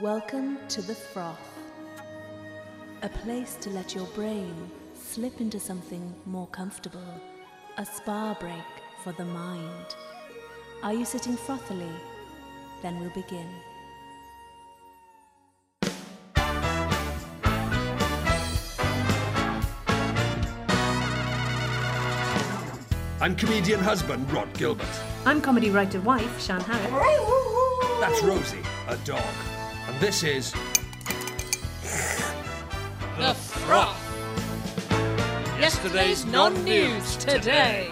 Welcome to the froth, a place to let your brain slip into something more comfortable, a spa break for the mind. Are you sitting frothily? Then we'll begin. I'm comedian husband Rod Gilbert. I'm comedy writer wife Shan Harris. That's Rosie, a dog. And this is. The Froth. Yesterday's non-news today.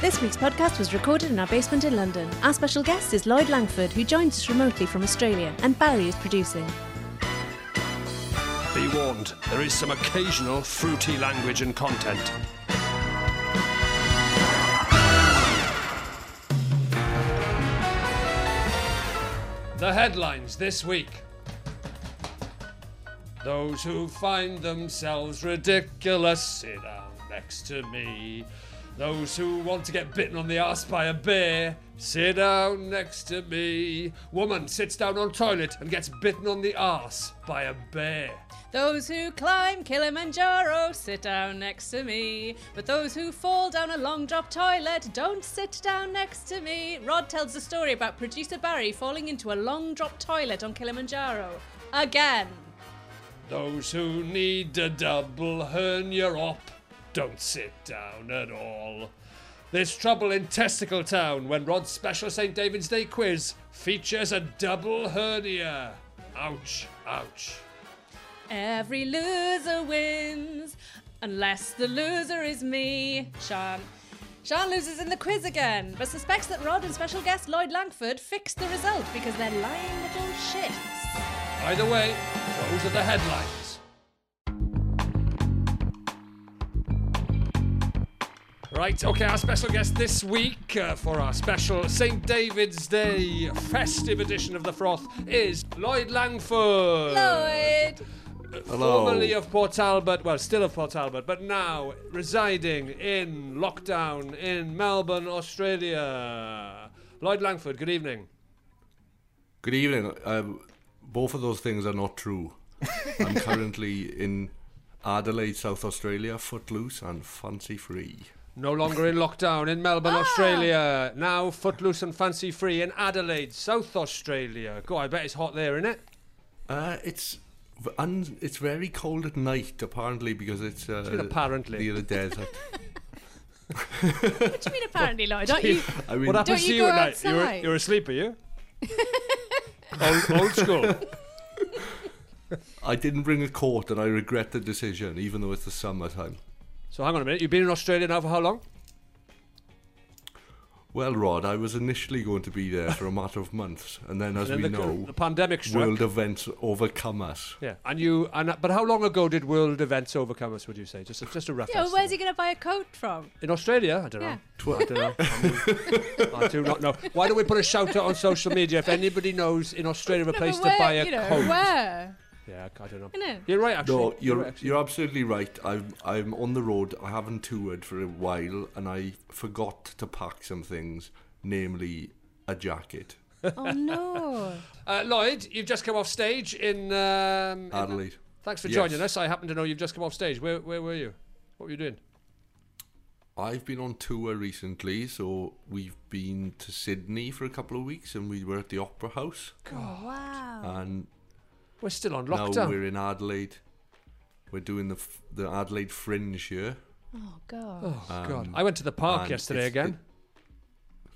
This week's podcast was recorded in our basement in London. Our special guest is Lloyd Langford, who joins us remotely from Australia, and Barry is producing. Be warned, there is some occasional fruity language and content. The headlines this week. Those who find themselves ridiculous sit down next to me. Those who want to get bitten on the arse by a bear sit down next to me. Woman sits down on toilet and gets bitten on the arse by a bear. Those who climb Kilimanjaro sit down next to me. But those who fall down a long drop toilet don't sit down next to me. Rod tells the story about producer Barry falling into a long drop toilet on Kilimanjaro. Again. Those who need a double hernia op don't sit down at all. There's trouble in Testicle Town when Rod's special St. David's Day quiz features a double hernia. Ouch, ouch. Every loser wins, unless the loser is me. Sean. Sean loses in the quiz again, but suspects that Rod and special guest Lloyd Langford fixed the result because they're lying little shits. Either way, those are the headlines. Right, okay, our special guest this week uh, for our special St. David's Day festive edition of The Froth is Lloyd Langford. Lloyd! Formerly of Port Talbot, well, still of Port Talbot, but now residing in lockdown in Melbourne, Australia. Lloyd Langford, good evening. Good evening. Um, both of those things are not true. I'm currently in Adelaide, South Australia, footloose and fancy free. No longer in lockdown in Melbourne, Ah. Australia. Now footloose and fancy free in Adelaide, South Australia. God, I bet it's hot there, isn't it? Uh, it's v- un- it's very cold at night apparently because it's uh, mean apparently? near the desert. What do you mean apparently, Lloyd? Don't you? I mean, What happens Don't to you you go at night? You're, outside? you're asleep, are you? old, old school. I didn't bring a coat and I regret the decision, even though it's the summertime. So hang on a minute. You've been in Australia now for how long? Well, Rod, I was initially going to be there for a matter of months, and then, as Then we the, know, the pandemic struck. world E- events overcome us. Yeah, and you and but how long ago did world events overcome us? Would you say just a, just a rough? Yeah, well, where's he estimate. going to buy a coat from? in Australia? I don't know. Yeah. I don't know. I'm- I do not know. Why don't we put a shout out on social media if anybody knows in Australia of a No, but place to where, buy a you know, coat? Where? Yeah, I don't know. Innit? You're right, actually. No, right, you're actually. you're absolutely right. I'm I'm on the road. I haven't toured for a while, and I forgot to pack some things, namely a jacket. Oh no. Uh, Lloyd, you've just come off stage in. Um, in- Adelaide. thanks for Yes. joining us. I happen to know you've just come off stage. Where where were you? What were you doing? I've been on tour recently, so we've been to Sydney for a couple of weeks, and we were at the Opera House, Wow. and We're still on now lockdown. we're in Adelaide. We're doing the f- the Adelaide Fringe here. Oh god. oh God! I went to the park um, and yesterday it's- again.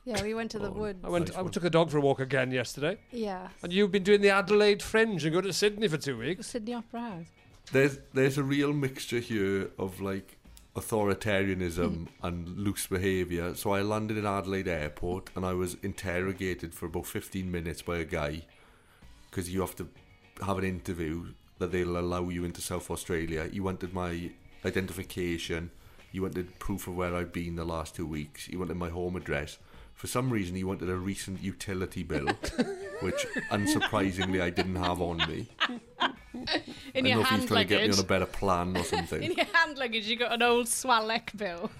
Yeah, we went to the Oh, woods. I went. Nice I one. took the dog for a walk again yesterday. Yeah. And you've been doing the Adelaide Fringe and going to Sydney for two weeks. Sydney Opera House. There's there's a real mixture here of like authoritarianism and loose behaviour. So I landed in Adelaide Airport and I was interrogated for about 15 minutes by a guy because you have to have an interview that they'll allow you into South Australia. He wanted my identification. He wanted proof of where I've been the last two weeks. He wanted my home address. For some reason, he wanted a recent utility bill, which unsurprisingly I didn't have on me. In I don't your know if he's hand trying to get me luggage. on a better plan or something. In your hand luggage, you got an old Swalek bill.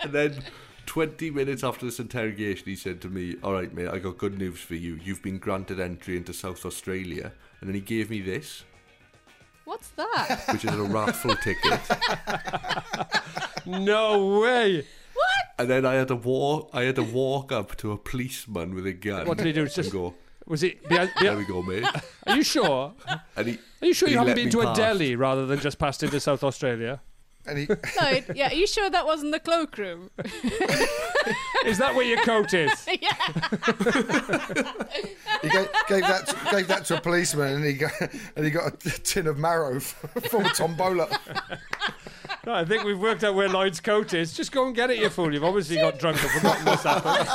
And then 20 minutes after this interrogation, he said to me, All right, mate, I got good news for you. You've been granted entry into South Australia. And then he gave me this, What's that? which is a raffle ticket. No way! And then I had to walk, I had to walk up to a policeman with a gun. What did he do? Just- and go, Was it? Behind, be- There we go, mate. Are you sure? And he, Are you sure he you haven't let been me to a pass. deli rather than just passed into South Australia? And he, no, it, yeah, are you sure that wasn't the cloakroom? Is that where your coat is? he gave, gave that to, gave that to a policeman, and he got and he got a tin of marrow full of tombola. No, I think we've worked out where Lloyd's coat is. Just go and get it, you fool. You've obviously got drunk and forgotten what's happened.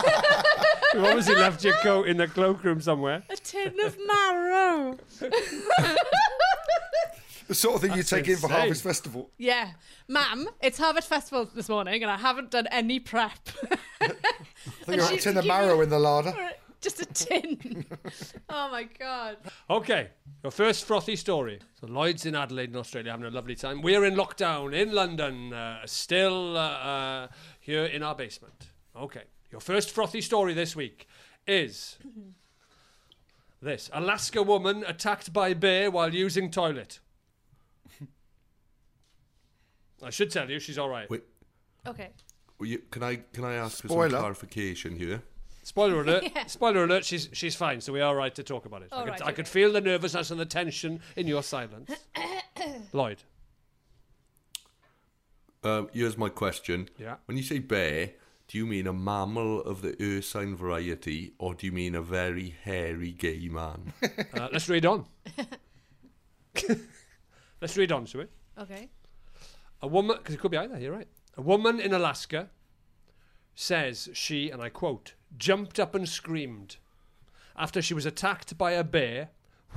You've obviously left your coat in the cloakroom somewhere. a tin of marrow. The sort of thing you take in for insane. Harvest Festival. Yeah, ma'am, it's Harvard Festival this morning, and I haven't done any prep. I think you had a she's tin of giving marrow it- in the larder. Just a tin. oh my god. Okay, your first frothy story. So Lloyd's in Adelaide, in Australia, having a lovely time. We're in lockdown in London, uh, still uh, uh, here in our basement. Okay, your first frothy story this week is this: Alaska woman attacked by bear while using toilet. I should tell you, she's all right. Wait, Okay. will you, can I can I ask for Spoiler. some clarification here? Spoiler alert! Spoiler alert! She's she's fine, so we are right to talk about it. I, All could, right, I could okay. feel the nervousness and the tension in your silence, Lloyd. Uh, here's my question. Yeah. When you say bear, do you mean a mammal of the ursine variety, or do you mean a very hairy gay man? Uh, let's read on. let's read on, shall we? Okay. A woman, because it could be either, you're right. A woman in Alaska says she, and I quote, jumped up and screamed after she was attacked by a bear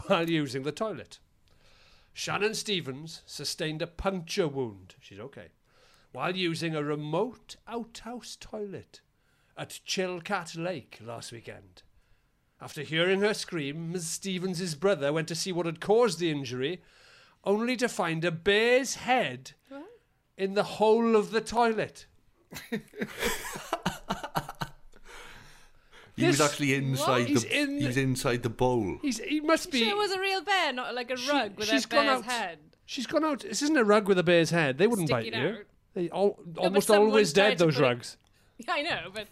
while using the toilet. Shannon Stevens sustained a puncture wound, she's okay, while using a remote outhouse toilet at Chilcat Lake last weekend. After hearing her scream, Ms. Stevens's brother went to see what had caused the injury, only to find a bear's head in the hole of the toilet. He was This- actually inside He's the in- he was inside the bowl. He's, he must be. Sure, it was a real bear, not like a rug with she's a gone bear's out- head. She's gone out. This isn't a rug with a bear's head. They wouldn't Stick bite it you. out. They all, almost someone always tried dead. to Those put it- rugs. Yeah, I know, but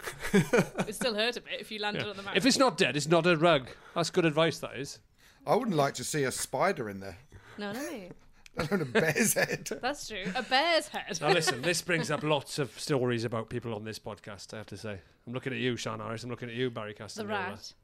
it still hurt a bit if you landed on the mouth. If it's not dead, it's not a rug. That's good advice. That is. I wouldn't like to see a spider in there. no, no, Let alone a bear's head. that's true. A bear's head. Now listen, this brings up lots of stories about people on this podcast. I have to say, I'm looking at you, Sean Harris. I'm looking at you, Barry the Castaneda. rat.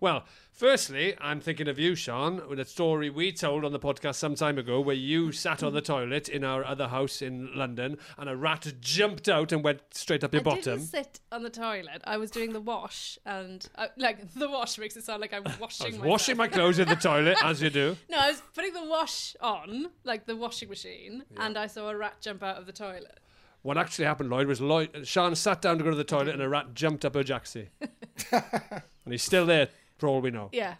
Well, firstly, I'm thinking of you, Sean, with a story we told on the podcast some time ago where you sat on the toilet in our other house in London and a rat jumped out and went straight up your I bottom. didn't sit on the toilet. I was doing the wash, and I, like the wash makes it sound like I'm washing. I was myself. washing my clothes in the toilet, as you do. No, I was putting the wash on, like the washing machine, and I saw a rat jump out of the toilet. What actually happened, Lloyd, was Lloyd, Sean sat down to go to the toilet and a rat jumped up her jacksie. and he's still there, for all we know. Yeah.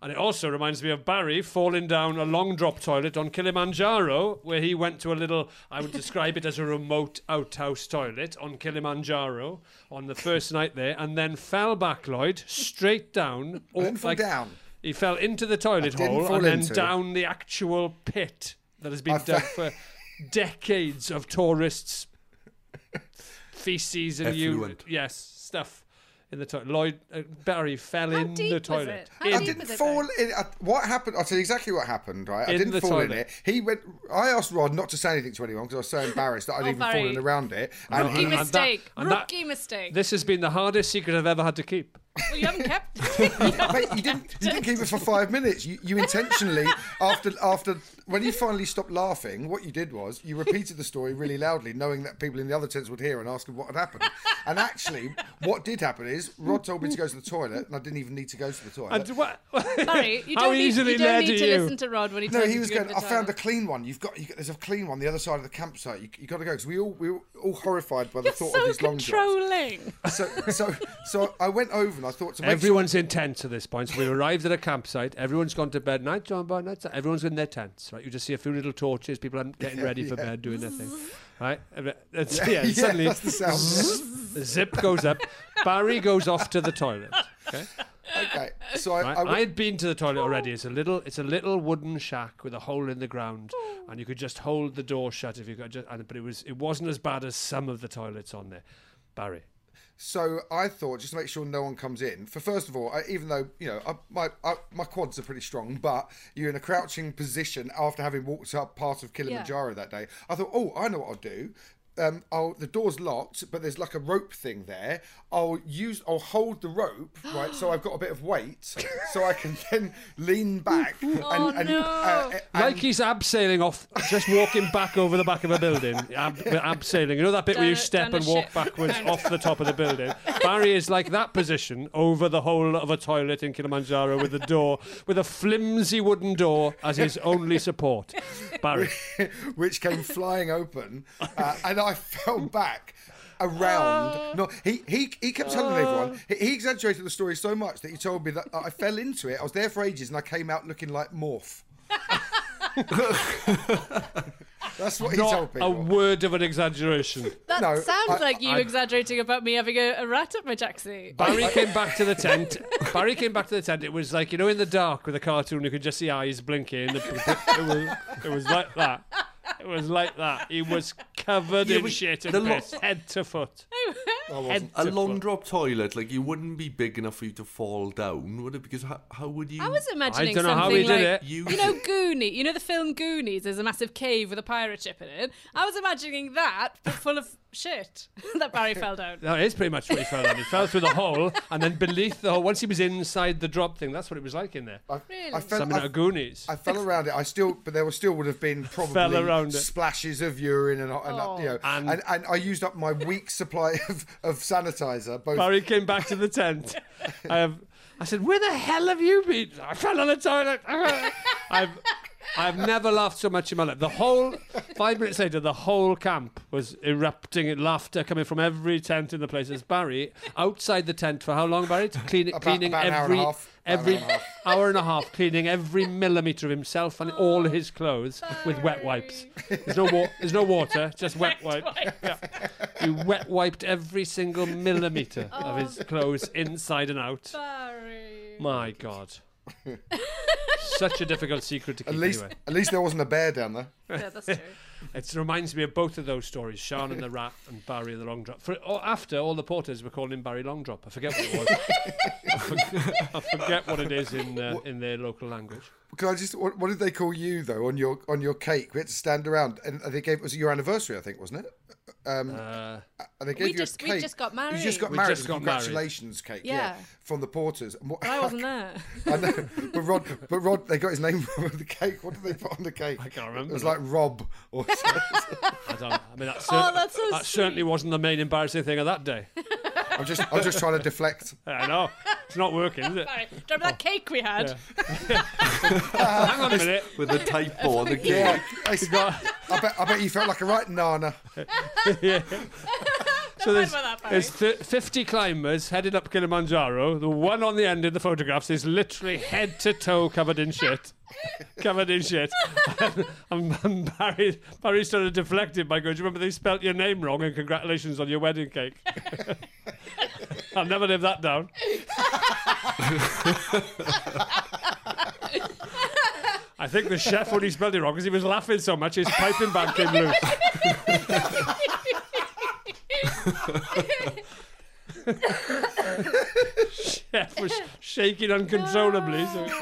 And it also reminds me of Barry falling down a long drop toilet on Kilimanjaro, where he went to a little, I would describe it as a remote outhouse toilet on Kilimanjaro on the first night there, and then fell back, Lloyd, straight down. Or, Didn't fall down. He fell into the toilet didn't hole fall and then into. down the actual pit that has been I dug fe- for decades of tourists' feces and you, Effluent. yes, stuff in the toilet. Lloyd uh, Barry fell How in deep the was toilet. it? How In- I deep didn't was it, fall in. I, what happened? I'll tell you exactly what happened, right? I In didn't the fall in toilet. it. He went. I asked Rod not to say anything to anyone because I was so embarrassed that I'd Oh, even Barry. fallen around it. And No, he, Rookie and that- mistake. and that- Rookie mistake. This has been the hardest secret I've ever had to keep. Well, you haven't kept. you haven't Mate, you didn't. You didn't keep it for five minutes. You, you intentionally after after when you finally stopped laughing, what you did was you repeated the story really loudly, knowing that people in the other tents would hear and ask them what had happened. And actually, what did happen is Rod told me to go to the toilet, and I didn't even need to go to the toilet. And what? Barry, you How don't, need, easily you don't led need to you? listen to Rod when he No, tells he you was to go going. to I the found a toilet. clean one. You've got. You, got- there's a clean one the other side of the campsite. You, you got to go because we all we were all horrified by the You're thought so of these long jobs. controlling. So so so I went over and I thought to make Everyone's in tents at this point. So we arrived at a campsite. Everyone's gone to bed. Night, John, by night. John. Everyone's in their tents, right? You just see a few little torches. People are getting ready for bed, doing their thing, right? And it- it's- yeah, yeah, suddenly, that's the sound. zzz, the zip goes up. Barry goes off to the toilet. Okay, Sure, okay. So I, right? I I, went, had been to the toilet already. It's a little, it's a little wooden shack with a hole in the ground, and you could just hold the door shut if you could. Just, and, but it was, it wasn't as bad as some of the toilets on there. Barry, so I thought just to make sure no one comes in. For first of all, I, even though you know I, my I, my quads are pretty strong, but you're in a crouching position after having walked up part of Kilimanjaro that day. I thought, oh, I know what I'll do. Um, I'll, the door's locked, but there's like a rope thing there. I'll use, I'll hold the rope, right? so I've got a bit of weight, so I can then lean back and, and, uh, and Like he's abseiling off, just walking back over the back of a building. Ab- abseiling. You know that bit where Down you a- step down a and walk ship. backwards off the top of the building? Barry is like that position over the whole of a toilet in Kilimanjaro with a door, with a flimsy wooden door as his only support. Barry. which came flying open, uh, and I fell back around. Uh. No, he he he kept telling everyone he, he exaggerated the story so much that he told me that I fell into it. I was there for ages, and I came out looking like Morph. That's what he told Not a people. word of an exaggeration. That No, sounds I- like you I- exaggerating about me having a, a rat up my taxi. Barry came back to the tent. Barry came back to the tent. It was like you know in the dark with a cartoon, you could just see eyes blinking. It was, it was like that. It was like that. He was covered Yeah, in but shit and the lo- piss, head to foot. Head A to long foot. drop toilet, like you wouldn't be big enough for you to fall down, would it? Because how, how would you? I was imagining I don't know how he something did like it. You- you know Goonie. You know the film Goonies. There's a massive cave with a pirate ship in it. I was imagining that, but full of shit that Barry fell down. No, it is pretty much what he fell down. He fell through the hole and then beneath the hole. Once he was inside the drop thing, that's what it was like in there. I, Really? I fell, Something out I, of Goonies. I fell around it. I still, but there were still would have been Fell around probably it. Oh. splashes of urine and, and uh, you know, And- and, and, I used up my week's supply of, of sanitizer. Both Barry came back to the tent. I have. I said, "Where the hell have you been?" I fell on the toilet. I've. I've never laughed so much in my life. The whole five minutes later, the whole camp was erupting in laughter coming from every tent in the place. As Barry outside the tent for how long, Barry? To clean, About- cleaning about an hour and every a half. About an every hour and a half. hour and a half, cleaning every millimeter of himself and all his clothes with wet wipes. There's no wa- there's no water, just wet wipes. Yeah. You wet wiped every single millimeter Oh. of his clothes inside and out. Barry. My God. Such a difficult secret to keep at least, anyway. at least there wasn't a bear down there. Yeah, that's true. It reminds me of both of those stories, Sean and the Rat and Barry the Long Drop. For, or after, all the porters were calling him Barry Long Drop. I forget what it was. I, forget, I forget what it is in, uh, in their local language. Can I just? What, what did they call you though on your on your cake? We had to stand around, and they gave it was your anniversary, I think, wasn't it? Um, and they gave Uh, We you just- a we cake. just got You just got We married. just got married. it was a congratulations cake, yeah. Yeah. from the porters. And what- But I wasn't there. I know, but Rod, but Rod, they got his name wrong on the cake. What did they put on the cake? I can't remember It was now. like Rob or something. I, don't, I mean, that, cer- Oh, that's so that certainly sweet. wasn't the main embarrassing thing of that day. I'm just, I'm just trying to deflect. I know. It's not working, is it? Barry, do you remember that cake we had? Yeah. Hang on a minute. with a type on the cake. Yeah, I, I bet, I bet you felt like a right nana. So there's, mind about that, there's th- 50 climbers headed up Kilimanjaro. The one on the end in the photographs is literally head to toe covered in shit. covered in shit. and, and Barry, Barry started of deflected by going, Do you remember they spelt your name wrong and congratulations on your wedding cake? I'll never live that down. I think the chef only spelled it wrong because he was laughing so much his piping bag came loose. chef was shaking uncontrollably. So,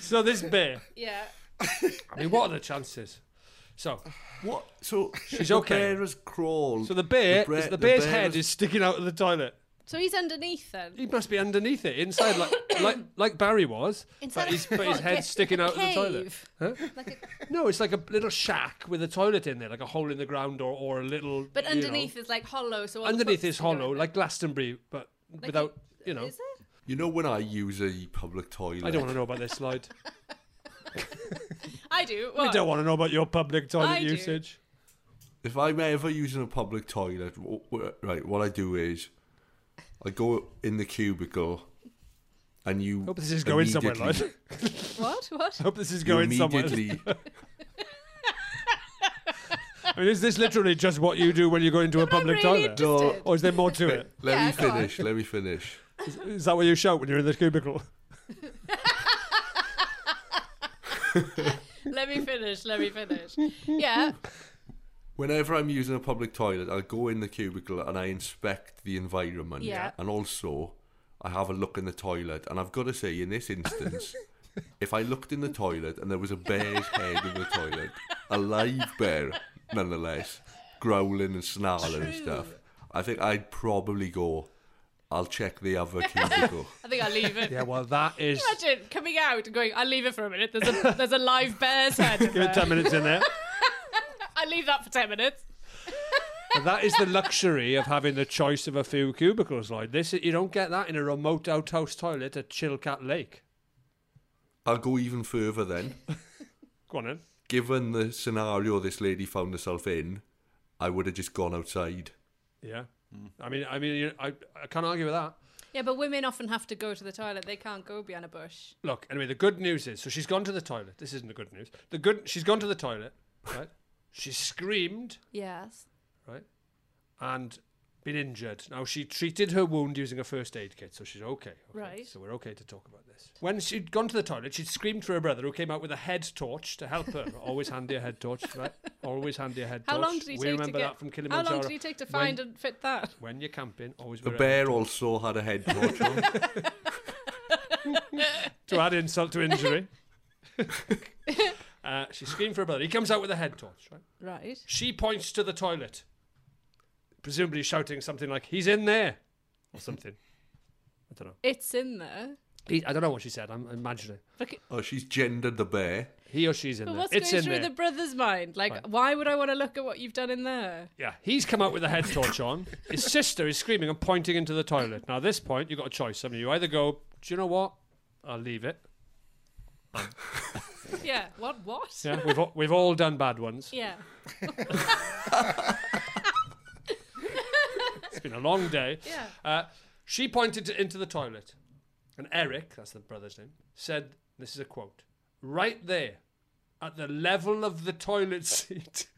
so this bear. Oh. Yeah. I mean, what are the chances? So, What? So She's the okay. bear has crawled. so the bear, bre- the, bear's bear head has- is sticking out of the toilet. So he's underneath then. He must be underneath it, inside, like like like Barry was, Inside but, he's, a- but his what, head's a- sticking a out of the toilet. cave? Huh? Like a, No, it's like a little shack with a toilet in there, like a hole in the ground or, or a little. but you underneath know, is like hollow. So all the underneath books is can go in hollow, there. like Glastonbury, but without you know. Is it? You know when I use a public toilet? I don't want to know about this slide. I do. I What? don't want to know about your public toilet I do. usage. If I'm ever using a public toilet, w- w- right, what I do is I go in the cubicle and you. Hope Oh, this is going somewhere, immediately- Lloyd. What? What? Hope this is you going somewhere. immediately- I mean, is this literally just what you do when you go into a but I'm public really toilet, No, or is there more to it? let Yeah, me go on. finish. Let me finish. Is that what you shout when you're in the cubicle? Let me finish. Let me finish. Yeah. Whenever I'm using a public toilet, I'll go in the cubicle and I inspect the environment. Yeah. And also, I have a look in the toilet. And I've got to say, in this instance, if I looked in the toilet and there was a bear's head in the toilet, a live bear, nonetheless, growling and snarling and stuff, I think I'd probably go, I'll check the other cubicle. I think I'll leave it. Yeah, well, that is. Imagine coming out and going, I'll leave it for a minute. There's a there's a live bear's head. in Give it there. ten minutes in there. I leave that for ten minutes. But that is the luxury of having the choice of a few cubicles like this. You don't get that in a remote outhouse toilet at Chilcat Lake. I'll go even further then. Go on then. Given the scenario this lady found herself in, I would have just gone outside. Yeah. I mean, I mean, you- I, I can't argue with that. Yeah, but women often have to go to the toilet. They can't go behind a bush. Look, anyway, the good news is, so she's gone to the toilet. This isn't the good news. The good, she's gone to the toilet, right? she screamed, Yes. right, and been injured. Now she treated her wound using a first aid kit, so she's okay. okay. Right. So we're okay to talk about this. When she'd gone to the toilet, she'd screamed for her brother, who came out with a head torch to help her. Always handy a head torch, right? Always handy a head How torch. long did he we take to remember get? that from How Kilimanjaro. long did he take to find when, and fit that? When you're camping, always The wear a bear also had a head torch on. to add insult to injury. uh, she screamed for her brother. He comes out with a head torch. Right? Right. She points to the toilet, presumably shouting something like "He's in there" or something. I don't know. It's in there. He, I don't know what she said. I'm imagining Oh, she's gendered the bear. he or she's in But there. what's it's going in through there. the brother's mind? Like, Right. why would I want to look at what you've done in there? Yeah, he's come out with a head torch on. His sister is screaming and pointing into the toilet. Now, at this point, you've got a choice. Some of you either go, "Do you know what? I'll leave it." Yeah. What? What? Yeah, we've all, we've all done bad ones. Yeah. It's been a long day. Yeah. Uh, she pointed to, into the toilet, and Eric, that's the brother's name, said, "This is a quote, right there, at the level of the toilet seat."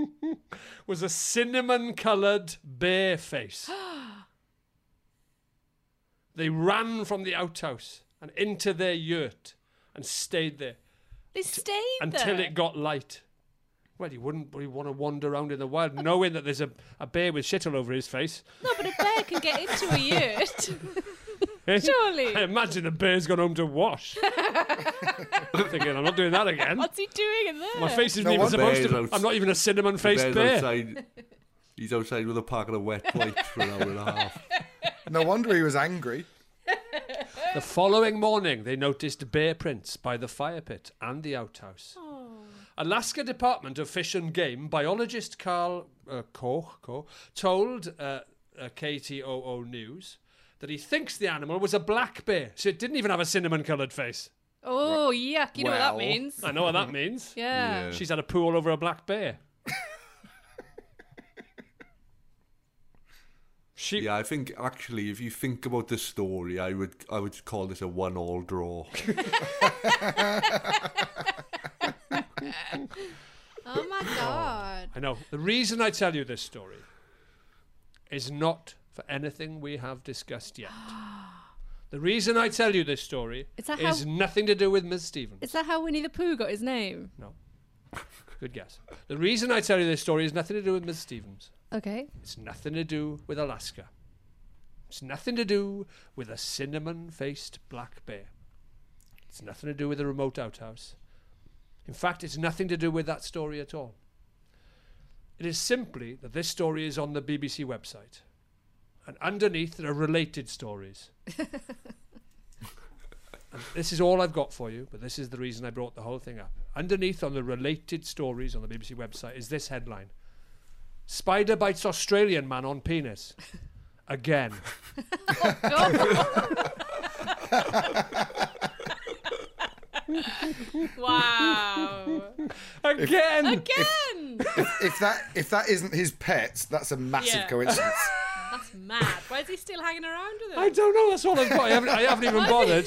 was a cinnamon coloured bear face. they ran from the outhouse and into their yurt and stayed there They stayed until there. it got light. Well, you wouldn't really want to wander around in the wild knowing that there's a, a bear with shit all over his face. No, but a bear can get into a yurt. Eh? Surely. I imagine the bear's gone home to wash. Thinking, I'm not doing that again. What's he doing in there? My face isn't No even wonder- supposed Bear's to. outs- I'm not even a cinnamon faced Bear's bear. outside. He's outside with a packet of wet wipes for an hour and a half. No wonder he was angry. The following morning, they noticed bear prints by the fire pit and the outhouse. Oh. Alaska Department of Fish and Game biologist Carl uh, Koch, Koch told uh, uh, KTOO News that he thinks the animal was a black bear, so it didn't even have a cinnamon coloured face. Oh, yuck. You know what that Well. means. I know what that means. Yeah. She's had a poo all over a black bear. she Yeah, I think actually, if you think about the story, I would I would call this a one-all draw. Oh, my God. I know. The reason I tell you this story is not for anything we have discussed yet. The reason I tell you this story Is that is how- nothing to do with Miss Stevens. Is that how Winnie the Pooh got his name? No. Good guess. The reason I tell you this story is nothing to do with Miss Stevens. Okay. It's nothing to do with Alaska. It's nothing to do with a cinnamon faced black bear. It's nothing to do with a remote outhouse. In fact, it's nothing to do with that story at all. It is simply that this story is on the BBC website. And underneath there are related stories. and this is all I've got for you, but this is the reason I brought the whole thing up. Underneath on the related stories on the BBC website is this headline Spider bites Australian man on penis. Again. Wow. Again! Again. If that if that isn't his pet, that's a massive Yeah. coincidence. That's mad. Why is he still hanging around with him? I don't know, that's all I've got. I haven't, I haven't even bothered.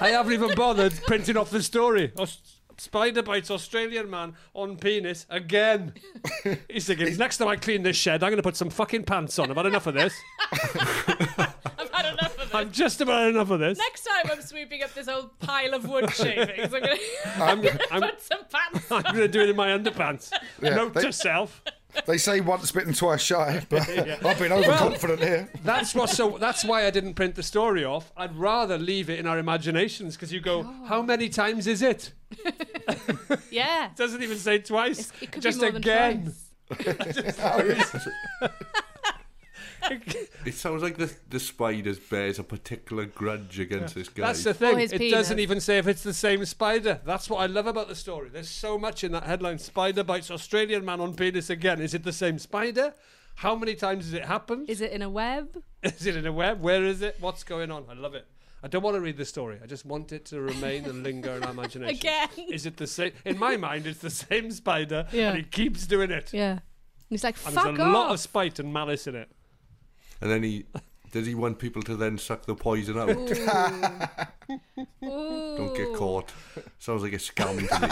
I haven't even bothered printing off the story. Aus- Spider bites Australian man on penis again. He's thinking, next time I clean this shed, I'm going to put some fucking pants on. I've had enough of this. I've had enough of it. I've just about had enough of this. Next time I'm sweeping up this old pile of wood shavings, I'm gonna, I'm, I'm, put some pants. I'm on. going to do it in my underpants. Note they- to self. They say once bitten, twice shy, but I've been overconfident here. That's what. So that's why I didn't print the story off. I'd rather leave it in our imaginations because you go, how many times is it? Yeah. Doesn't even say twice. It's- it could just be more again. Than twice. It sounds like the the spiders bears a particular grudge against this guy. That's the thing. Or his It penis. doesn't even say if it's the same spider. That's what I love about the story. There's so much in that headline. Spider bites Australian man on penis again. Is it the same spider? How many times has it happened? Is it in a web? Is it in a web? Where is it? What's going on? I love it. I don't want to read the story. I just want it to remain and linger in our imagination. Again. Is it the same? In my mind, it's the same spider, Yeah. and it keeps doing it. Yeah. And he's like, And fuck there's a off. lot of spite and malice in it. and then he does he want people to then suck the poison out? Don't get caught. Sounds like a scam to me.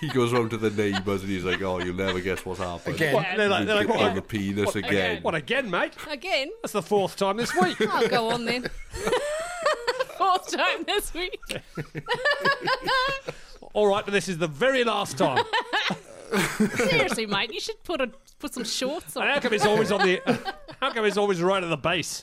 he goes round to the neighbours and he's like, "Oh, you'll never guess what's happened." Again. What? They're like, they're like on the what, penis again. what again, mate? Again. That's the fourth time this week. I'll go on then. Fourth time this week. All right, but this is the very last time. Seriously, mate, you should put a put some shorts And on. how come it's always on the? How come it's always right at the base?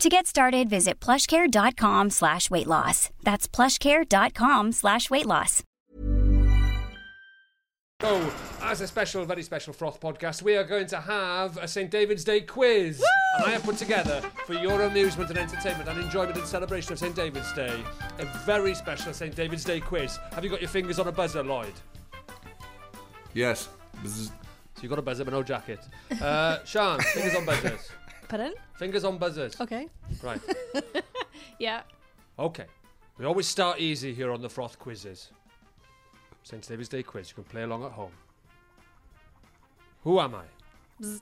To get started, visit plushcare.com slash weight loss. That's plushcare.com slash weight loss. So, as a special, very special froth podcast, we are going to have a St. David's Day quiz. And I have put together, for your amusement and entertainment and enjoyment in celebration of St. David's Day, a very special St. David's Day quiz. Have you got your fingers on a buzzer, Lloyd? Yes. Bzz. So you've got a buzzer, but no jacket. Uh, Sean, fingers on buzzers. Pardon? Fingers on buzzers. Okay. Right. Yeah. Okay. We always start easy here on the froth quizzes. St. David's Day quiz. You can play along at home. Who am I? Bzz.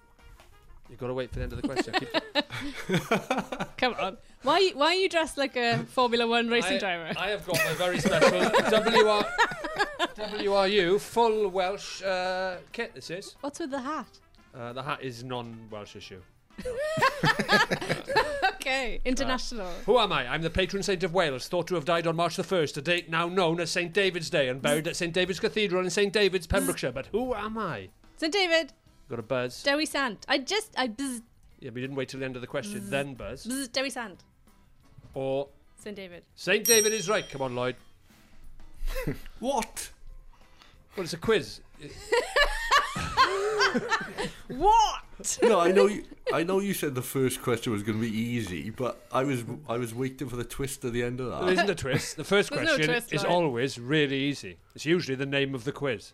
you got to wait for the end of the question. Keep- Come on. Why why are you dressed like a Formula One racing I- driver? I have got my very special WR, WRU full Welsh uh, kit, this is. What's with the hat? Uh, the hat is non Welsh issue. okay, international. Who am I? I'm the patron saint of Wales, thought to have died on March the 1st, a date now known as St. David's Day, and buried at St. David's Cathedral in St. David's, Pembrokeshire. But who am I? St David, Got a buzz. Dowie Sand. I just I bzz, Yeah, but you didn't wait till the end of the question, then buzz. bzz Dowie Sand. Or St David. St. David is right. Come on, Lloyd. what? Well, it's a quiz. What? no, I know. You, I know you said the first question was going to be easy, but I was I was waiting for the twist at the end of that. There isn't a twist. The first There's no question twist, is right. always really easy. It's usually the name of the quiz.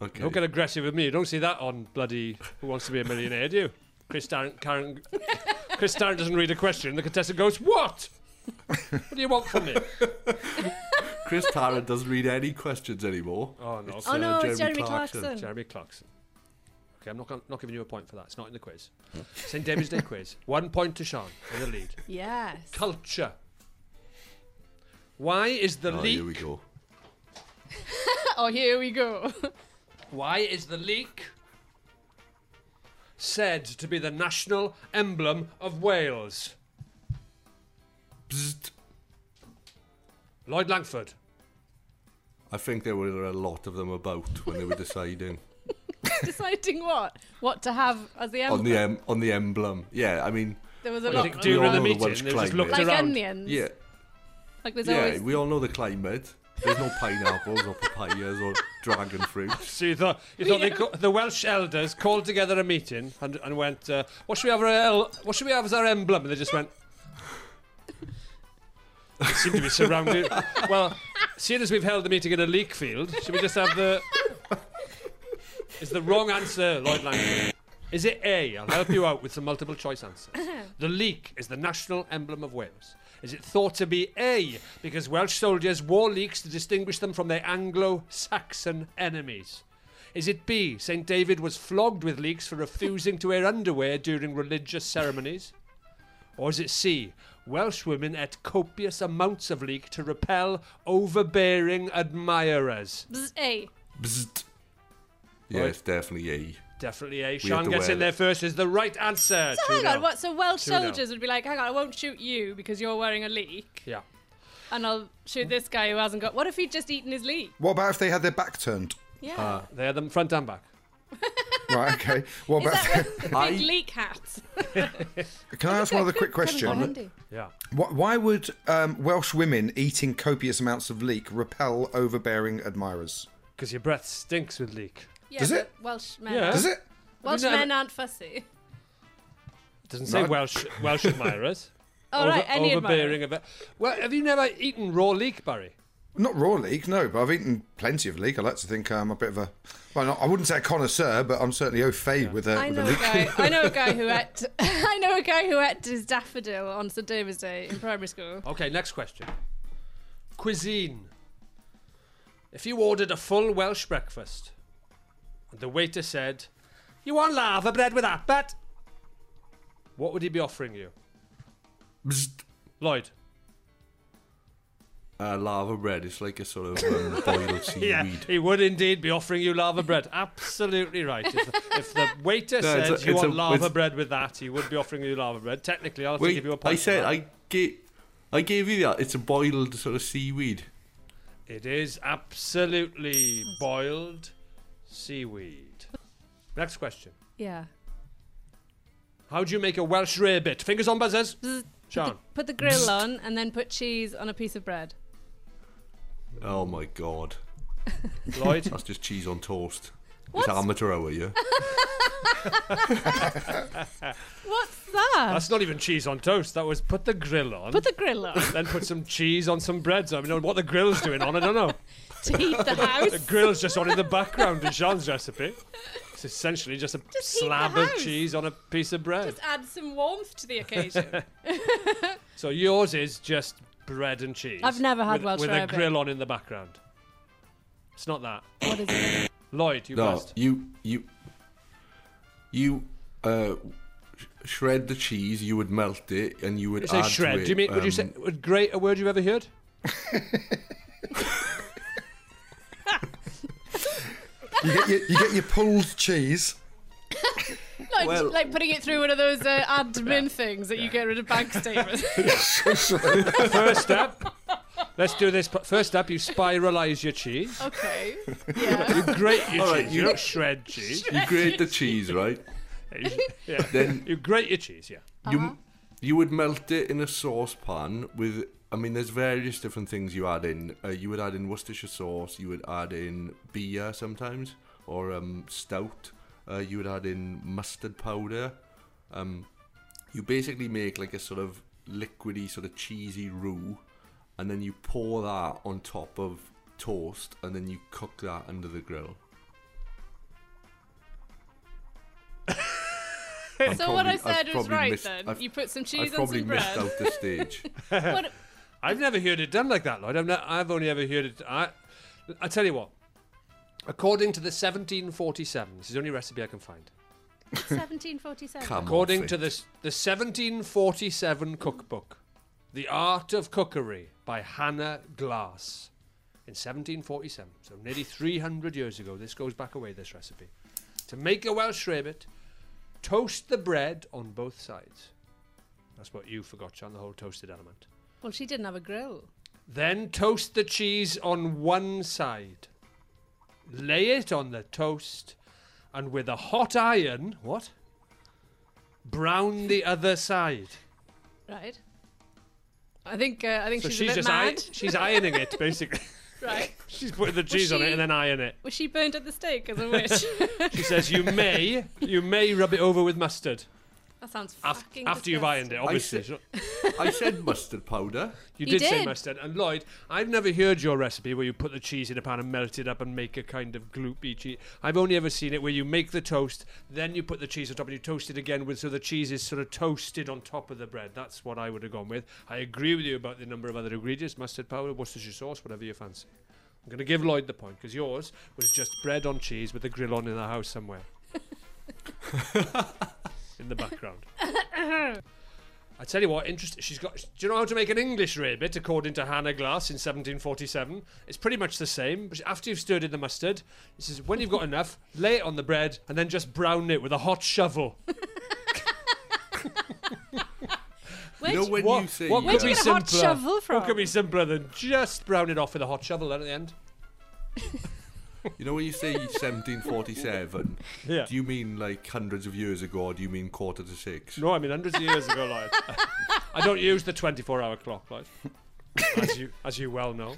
Okay. Don't get aggressive with me. You don't see that on bloody Who Wants to Be a Millionaire, do you? Chris Tarrant, Karen, Chris Tarrant doesn't read a question. The contestant goes, "What? What do you want from me?" Chris Tarrant doesn't read any questions anymore. uh, Oh no! Oh, no, it's Jeremy Clarkson. Jeremy Clarkson. Okay, I'm not gonna, not giving you a point for that. It's not in the quiz. St David's Day quiz. One point to Sean in the lead. Yes. Culture. Why is the Oh, leak here we go. oh, here we go. Why is the leek said to be the national emblem of Wales? Bzzzt. Lloyd Langford. I think there were a lot of them about when they were deciding Deciding what what to have as the on emblem. the em- on the emblem. Yeah, I mean, there was a we- lot. we during all the know meeting, Welsh they just climate. looked like around. onions. Yeah, Like there's yeah, always. we all know the climate. There's no pineapples or papayas or dragon fruit. So you thought, you thought they co- the Welsh elders called together a meeting and, and went, uh, "What should we have? Our el- what should we have as our emblem?" And they just went. They seem to be surrounded. well, seeing as we've held the meeting in a leek field, should we just have the? Is the wrong answer, Lloyd Langford? Is it A? I'll help you out with some multiple choice answers. The leek is the national emblem of Wales. Is it thought to be A because Welsh soldiers wore leeks to distinguish them from their Anglo Saxon enemies? Is it B, St. David was flogged with leeks for refusing to wear underwear during religious ceremonies? Or is it C, Welsh women ate copious amounts of leek to repel overbearing admirers? Bzz, A. Bzzzt. Yeah, Right. it's definitely A. Definitely A. have Sean to gets wear in there first, is the right answer. So hang 2-0. on, what? So Welsh Two now. soldiers would be like, hang on, I won't shoot you because you're wearing a leek, Yeah. and I'll shoot this guy who hasn't got. What if he'd just eaten his leek? What about if they had their back turned? Yeah. They had them front and back. Right, okay. What Is about? that with the big I- leek hats? Can I ask one other quick question? Yeah. Wh- Why would um, Welsh women eating copious amounts of leek repel overbearing admirers? Because your breath stinks with leek. Yeah, Does but it? Welsh men. Yeah. aren't- Does it? Welsh No, no. men aren't fussy. Doesn't say No. Welsh Welsh admirers. All right, any overbearing admirer. of it. Well, have you never eaten raw leek, Barry? Not raw leek, no, but I've eaten plenty of leek. I like to think um, I'm a bit of a. Well, not, I wouldn't say a connoisseur, but I'm certainly au fait with, a, I with a know a leek. guy. I know a guy who ate. I know a guy who ate his daffodil on St David's Day in primary school. Okay, next question. Cuisine. If you ordered a full Welsh breakfast, and the waiter said, "You want lava bread with that, but," what would he be offering you, Bzzzt. Lloyd? Uh, lava bread. It's like a sort of um, boiled seaweed. Yeah, he would indeed be offering you lava bread. Absolutely right. If the, if the waiter No, it's said a- you it's want a- lava it's- bread with that, he would be offering you lava bread. Technically, I'll have to Wait, give you a point. I for said that. I gave, I gave you that. It's a boiled sort of seaweed. It is absolutely boiled seaweed. Next question. Yeah. How do you make a Welsh rarebit? Fingers on buzzers. Sean. Put the grill on and then put cheese on a piece of bread. Oh my god, Lloyd. that's just cheese on toast. It's What? amateur hour, yeah. What's that? That's not even cheese on toast. That was put the grill on. Put the grill on then put some cheese on some bread. So I mean, what the grill's doing on, I don't know. to heat the The house. grill's just on in the background in Sean's recipe. It's essentially just a Just heat the slab of house. cheese on a piece of bread. Just add some warmth to the occasion. so yours is just bread and cheese. I've never had with, Welsh with a rarebit. grill on in the background. It's not that. What is it? Lloyd, you no, buzzed. you you you uh, sh- shred the cheese. You would melt it, and you would You say add to shred. it, Do you mean? would you say um, would great a word you've ever heard? You get your, you get your pulled cheese. like, Well- like putting it through one of those uh, admin things that you get rid of bank statements. First step. Let's do this. First step, you spiralize your cheese. okay. You grate your All right, cheese. you- you don't shred cheese. You grate the cheese, right? Yeah. Then- you grate your cheese. Yeah. You you would melt it in a saucepan with. I mean, there's various different things you add in. Uh, you would add in Worcestershire sauce. You would add in beer sometimes, or um, stout. Uh, you would add in mustard powder. Um, you basically make like a sort of liquidy, sort of cheesy roux, and then you pour that on top of toast, and then you cook that under the grill. I've So what I probably- I've said was probably right missed- then. I've- you put some I've cheese on probably some missed bread. out the stage. What- I've never heard it done like that, Lloyd. I've, not, I've only ever heard it. I, I tell you what. According to the 1747, this is the only recipe I can find. 1747. Come According off to it. the s- the 1747 cookbook, The Art of Cookery by Hannah Glass, in 1747, so nearly 300 years ago, this goes back away. This recipe to make a Welsh rarebit, toast the bread on both sides. That's what you forgot, John. The whole toasted element. Well, she didn't have a grill. Then toast the cheese on one side. Lay it on the toast and with a hot iron, what? Brown the other side. Right. I think uh, I think So she's, she's a bit just mad. iron, she's ironing it basically. right. she's putting the cheese on it she- and then iron it. Was she burned at the stake as a witch? She says you may you may rub it over with mustard that sounds af- fucking after you've ironed it. Obviously, said- I said mustard powder. you He did, say did. mustard. And Lloyd, I've never heard your recipe where you put the cheese in a pan and melt it up and make a kind of gloopy cheese. I've only ever seen it where you make the toast, then you put the cheese on top and you toast it again with so the cheese is sort of toasted on top of the bread. That's what I would have gone with. I agree with you about the number of other ingredients: mustard powder, Worcestershire sauce, whatever you fancy. I'm going to give Lloyd the point because yours was just bread on cheese with a grill on in the house somewhere. in the background. I tell you what, interest. She's got. Do you know how to make an English rarebit according to Hannah Glass in 1747? It's pretty much the same. But after you've stirred in the mustard, it says when you've got enough, lay it on the bread and then just brown it with a hot shovel. You know when what you say what you could got- be get a hot simpler? shovel What could be from? simpler than just brown it off with a hot shovel then at the end? you know when you say 1747? Yeah. Do you mean like hundreds of years ago, or do you mean quarter to six? No, I mean hundreds of years ago, Lloyd. I don't use the 24-hour clock, Lloyd. As you, as you well know.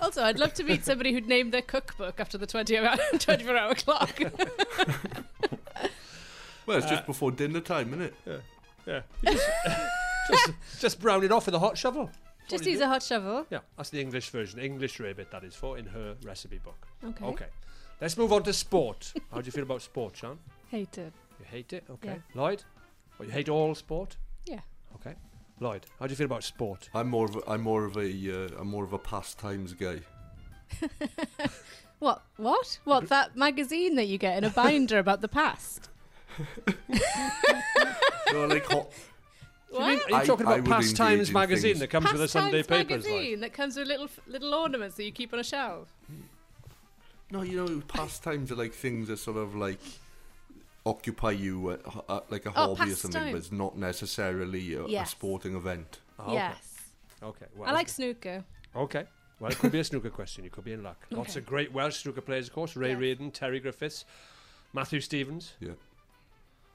Also, I'd love to meet somebody who'd named their cookbook after the 20 hour, 24 hour clock. Well, it's just uh, before dinner time, isn't it? Yeah. You just, just, just brown it off with a hot shovel. Just you use do. a hot shovel. Yeah, that's the English version. English rarebit that is for in her recipe book. Okay. Okay. Let's move on to sport. How do you feel about sport, Sean? Hated. You hate it? Okay. Lloyd? Well, you hate all sport? Yeah. Okay. Lloyd, how do you feel about sport? I'm more of a, I'm more of a uh, I'm more of a pastimes guy. What? What? What? That magazine that you get in a binder about the past? So like hot, What? Are you I- talking I would about engage Pastimes in magazine things- that comes with the Sunday Pastimes papers? magazine Lloyd? that comes with little f- little ornaments that you keep on a shelf. no, you know pastimes are like things that sort of like occupy you uh, h- uh, like a Oh, hobby or something, pastime. but it's not necessarily a, a Yes. sporting event. Oh, okay. Yes. Okay. Well, I like snooker. Okay. Well, it could be a snooker question. You could be in luck. Lots Okay. of great Welsh snooker players, of course. Ray Yes. Reardon, Terry Griffiths, Matthew Stevens. Yeah.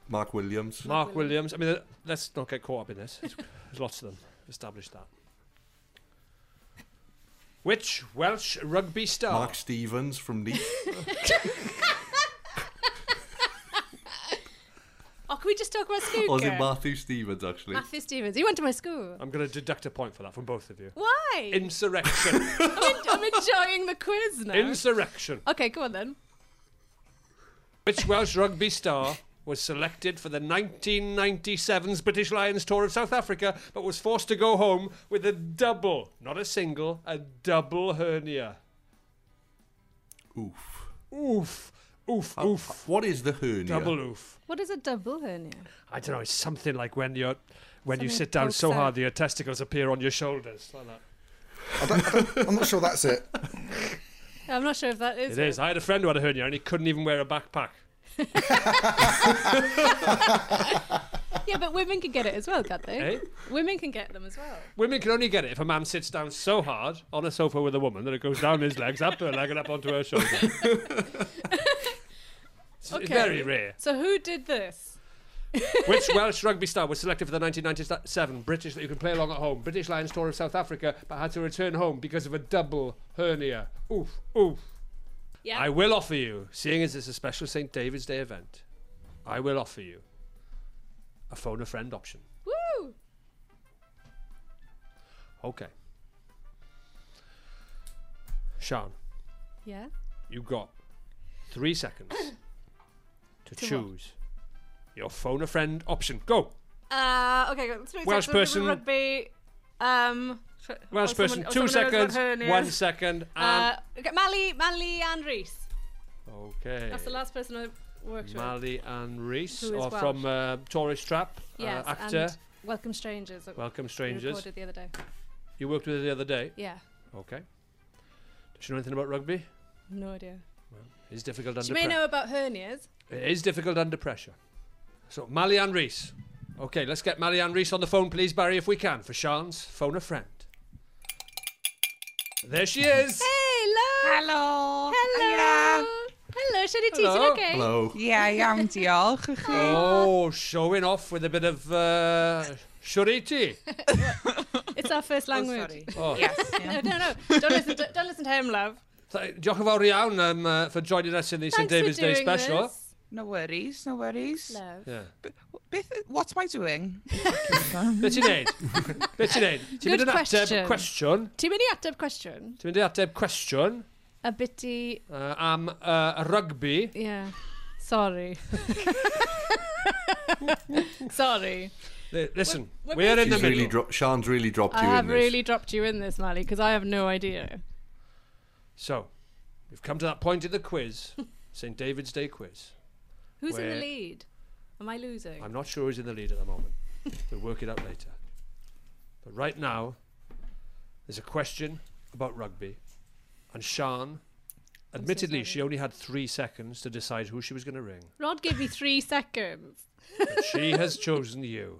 Mark Williams. Mark Williams. I mean, uh, let's not get caught up in this. There's lots of them. Established that. Which Welsh rugby star? Mark Stevens from Leeds. Oh, can we just talk about snooker? or was it Matthew Stevens actually? Matthew Stevens. He went to my school. I'm going to deduct a point for that from both of you. Why? Insurrection. I'm, en- I'm enjoying the quiz now. Insurrection. okay, go on then. Which Welsh rugby star was selected for the 1997's British Lions tour of South Africa, but was forced to go home with a double, not a single, a double hernia? Oof. Oof. Oof. How- oof. What is the hernia? Double oof. What is a double hernia? I don't know. It's something like when you're when you Something sit down pokes so out. hard that your testicles appear on your shoulders. Like that. I'm not sure that's it. I'm not sure if that is. It is. I had a friend who had a hernia and he couldn't even wear a backpack. Yeah, but women can get it as well, can't they? Eh? Women can get them as well. Women can only get it if a man sits down so hard on a sofa with a woman that it goes down his legs, up her leg, and up onto her shoulder. It's Okay. very rare. So who did this? Which Welsh rugby star was selected for the 1997 British that you can play along at home British Lions tour of South Africa, but had to return home because of a double hernia? Oof, oof. Yeah. I will offer you, seeing as it's a special St. David's Day event, I will offer you a phone a friend option. Woo! Okay. Sean, Yeah. you got three seconds to, To what? choose your phone a friend option. Go! Uh, okay. Go. Three Welsh seconds, person- Rugby. Um. tr- or Last person, someone- or two someone who seconds, knows about hernias. one second, and. Uh, okay, Mally, Mally, and Reese. okay. That's the last person I worked with. Mally and Reese, Who is or Welsh. from uh, Tourist Trap, Yes, uh, actor. and Welcome Strangers. that Welcome we Strangers. Recorded the other day. You worked with her the other day. Yeah. Okay. Does she know anything about rugby? No idea. It's difficult under She may pressure. know about hernias. It is difficult under pressure. So, Marianne Reese. Okay, let's get Marianne Reese on the phone, please, Barry, if we can, for Sean's Phone a Friend. There she is. Hello. Hello. Hello. Hello. Should I teach Hello. you okay? Hello. Ja, iawn, diolch i chi. Oh, showing off with a bit of uh, shuriti. It's our first language. Oh, Yes. No, no, no. Don't listen. To, don't listen to him, love. Th- Diolch yn fawr iawn um, uh, for joining us in the St Thanks for David's Day doing special. this. No worries, no worries. Love. Yeah. Beth, what am I doing? Be ti'n neud? Be ti'n neud? Ti'n mynd Good yn ateb question. cwestiwn. Ti'n mynd i ateb cwestiwn? Ti'n mynd i ateb cwestiwn A bit i... uh, am uh, rugby. Yeah. Sorry. Sorry. Li- Listen, We're- we're we're, in the She's middle. really dro- Sean's really dropped I you have in this. really dropped you in this, Mally, because I have no idea. So, we've come to that point in the quiz, St. David's Day quiz. Who's in Where- the lead? Am I losing? I'm not sure who's in the lead at the moment. we'll work it out later. But right now, there's a question about rugby, and Sean, admittedly, she only had three seconds to decide who she was going to ring. Rod gave me three seconds. But she has chosen you.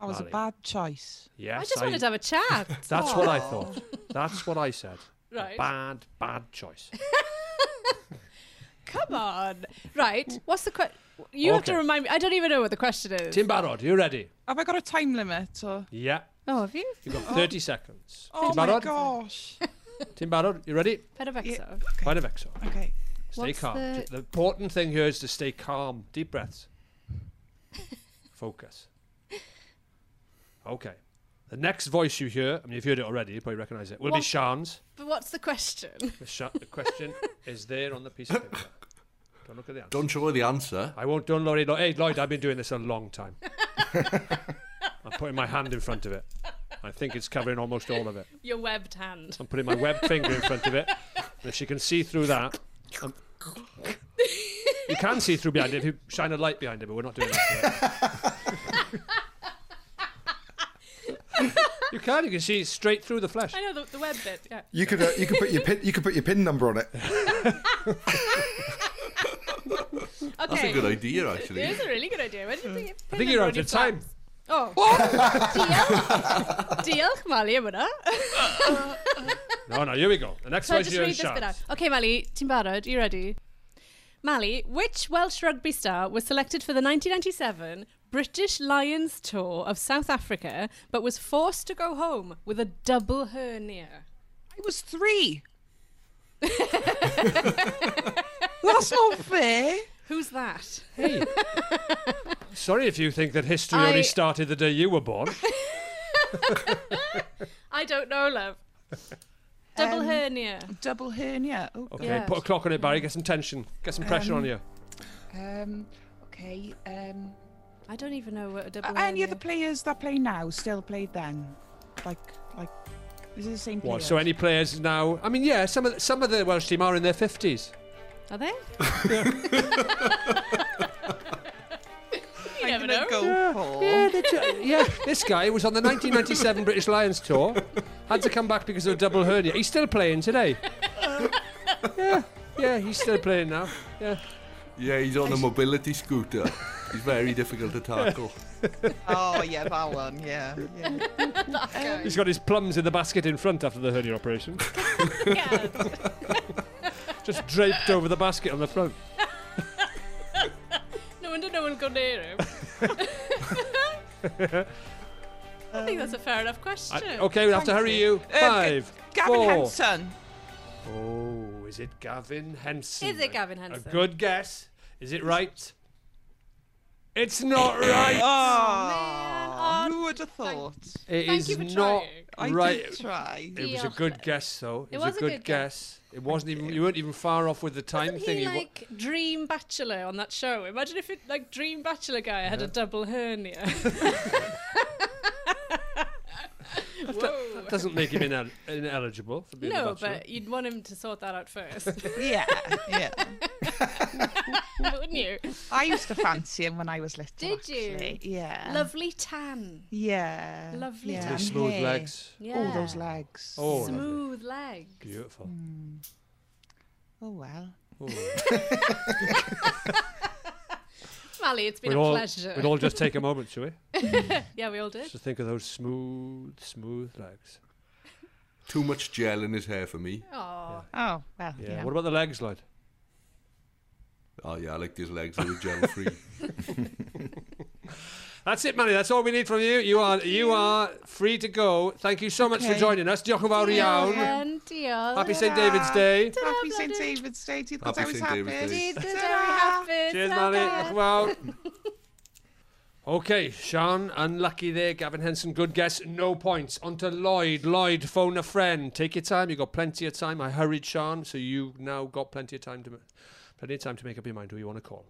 That was a Molly. bad choice. Yes, I just wanted to have a chat. That's what I thought. That's what I said. A Right. Bad, bad choice. Come on. Right. What's the question? You have to Okay. remind me. I don't even know what the question is. Tim Barrod, you ready? Have I got a time limit? Or... Yeah. oh, have you? You've got 30 seconds. Oh Tim my Barrod, gosh. Tim Barrod, you ready? Pedavexo. Yeah. Find a vexor. Okay. Stay What's calm. J- the- The... important thing here is to stay calm. Deep breaths. Focus. Okay. The next voice you hear, I mean, you've heard it already, you probably recognise it, will be What? Sean's. But what's the question? The, Sha- the question is there on the piece of paper. Don't look at the answer. Don't show her the answer. I won't, don't, Lloyd. Hey, Lloyd, I've been doing this a long time. I'm putting my hand in front of it. I think it's covering almost all of it. Your webbed hand. I'm putting my web finger in front of it. And if she can see through that, um, you can see through behind it if you shine a light behind it, but we're not doing that. Today. you can. You can see straight through the flesh. I know the, the web bit. Yeah. You could uh, you could put your pin you could put your pin number on it. Okay. That's a good idea, actually. It is a really good idea. Why did you think I think you're out of time. Oh. Diolch. Diolch, Mali, am hwnna. No, no. Here we go. The next So I voice just you hear read is this bit Sean's. out. Okay, Mali, ti'n barod? You ready? Mali, which Welsh rugby star was selected for the 1997 British Lions tour of South Africa but was forced to go home with a double hernia? I was three. That's not fair. Who's that? Hey. Sorry if you think that history I- only started the day you were born. I don't know, love. Double Um, hernia. Double hernia. Oh, Okay, God. put a clock on it, Barry. Get some tension. Get some pressure Um, on you. Um, okay. Um, I don't even know what a double Are any of the hernia- players that play now still played then? Like, like, is it the same player? What? So any players now? I mean, yeah, some of the, some of the Welsh team are in their fifties. Are they? you never gonna know. go Yeah, yeah, they ju- yeah, this guy was on the 1997 British Lions tour, had to come back because of a double hernia. He's still playing today. yeah, yeah, he's still playing now. Yeah. Yeah, he's on a mobility scooter. he's very difficult to tackle. oh yeah, that one. Yeah. yeah. He's got his plums in the basket in front after the hernia operation. Just draped over the basket on the front. No wonder no one got near him. I think that's a fair enough question. Um, I- oh. okay, we'll have to hurry you. Five. Gavin four. Henson. Oh, is it Gavin Henson? Is it Gavin A Henson? good guess. Is it right? It's not right. Oh, who would have thought? It Thank is you for not trying. I did right. try. It was a Diolch. good guess, though. It, was, a good, guess. It wasn't even. You weren't even far off with the time Wasn't thing. he like Dream Bachelor on that show? Imagine if it like Dream Bachelor guy had a double hernia. Whoa. that doesn't make him inel- ineligible for being a No, bachelor. but you'd want him to sort that out first. Yeah, yeah. Wouldn't you? I used to fancy him when I was little. Did you? actually. Yeah. Lovely tan. Yeah. Lovely Yeah. tan. His smooth Hey. legs. Oh, those Yeah. legs. Oh, lovely. Smooth legs. Beautiful. Oh well. Mally, it's been We'd a all, pleasure. we'd all just take a moment, shall we? yeah, we all did. Just to think of those smooth, smooth legs. Too much gel in his hair for me. Oh. Oh well. Yeah. What about the legs, Lloyd? Oh yeah, I like these legs that are gel free. That's it, Manny. That's all we need from you. You are you are free to go. Thank you so much for Okay. joining us. Diolch yn fawr iawn. Happy St David's Day. Happy St. David's Day. Did that I Happy was St. happy. David's Day. Did Cheers, Manny. Diolch yn fawr. Okay, Sean, unlucky there. Gavin Henson, good guess, no points. On to Lloyd. Lloyd, phone a friend. Take your time. You've got plenty of time. I hurried Sean, so you've now got plenty of time to, ma- plenty of time to make up your mind who you want to call.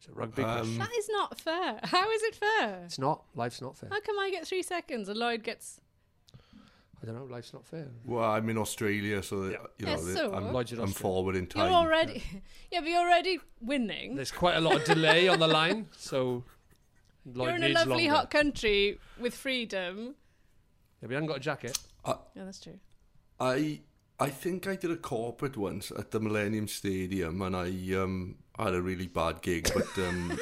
It's a rugby question. That is not fair. How is it fair? It's not. Life's not fair. How come I get three seconds and Lloyd gets. I don't know. Life's not fair. well, I'm in Australia, so that, you know Yeah, that so- I'm, Lodged in I'm Australia. forward in time. You're already. Yeah, but you're already winning. There's quite a lot of delay on the line, so Lloyd you're in a needs lovely longer. hot country with freedom. Yeah, but he hasn't got a jacket. Yeah, that's true. I I think I did a corporate once at the Millennium Stadium, and I um had a really bad gig, but um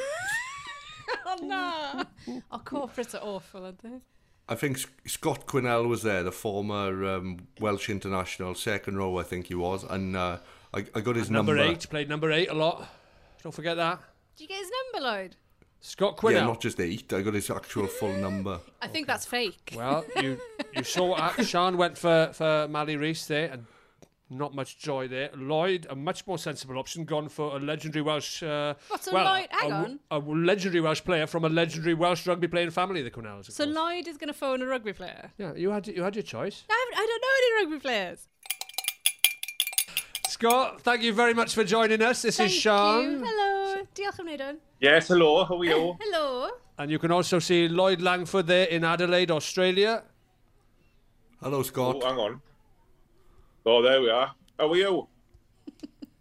Oh no! Our corporates are awful, aren't they? I think S- Scott Quinnell was there, the former um, Welsh international, second row I think he was, and uh, I, I got his Number, eight played number eight a lot. Don't forget that. Do you get his number, Lloyd? Scott Quinnell. Yeah, not just eight. I got his actual full number. I think that's fake. Well, you you saw what happened. Sean went for for Mally Reese there, and not much joy there. Lloyd, a much more sensible option, gone for a legendary Welsh. Uh, What's a well, Lloyd- hang a, on. a legendary Welsh player from a legendary Welsh rugby playing family, the Quinnells. of So course. Lloyd is going to phone a rugby player. yeah, you had you had your choice. I, haven't, I don't know any rugby players. Scott, thank you very much for joining us. This Thank is Sean. you. Hello. Diolch am wneud hwn. Yes, hello, how are you? Hello. And you can also see Lloyd Langford there in Adelaide, Australia. Hello, Scott. Oh, hang on. Oh, there we are. How are you?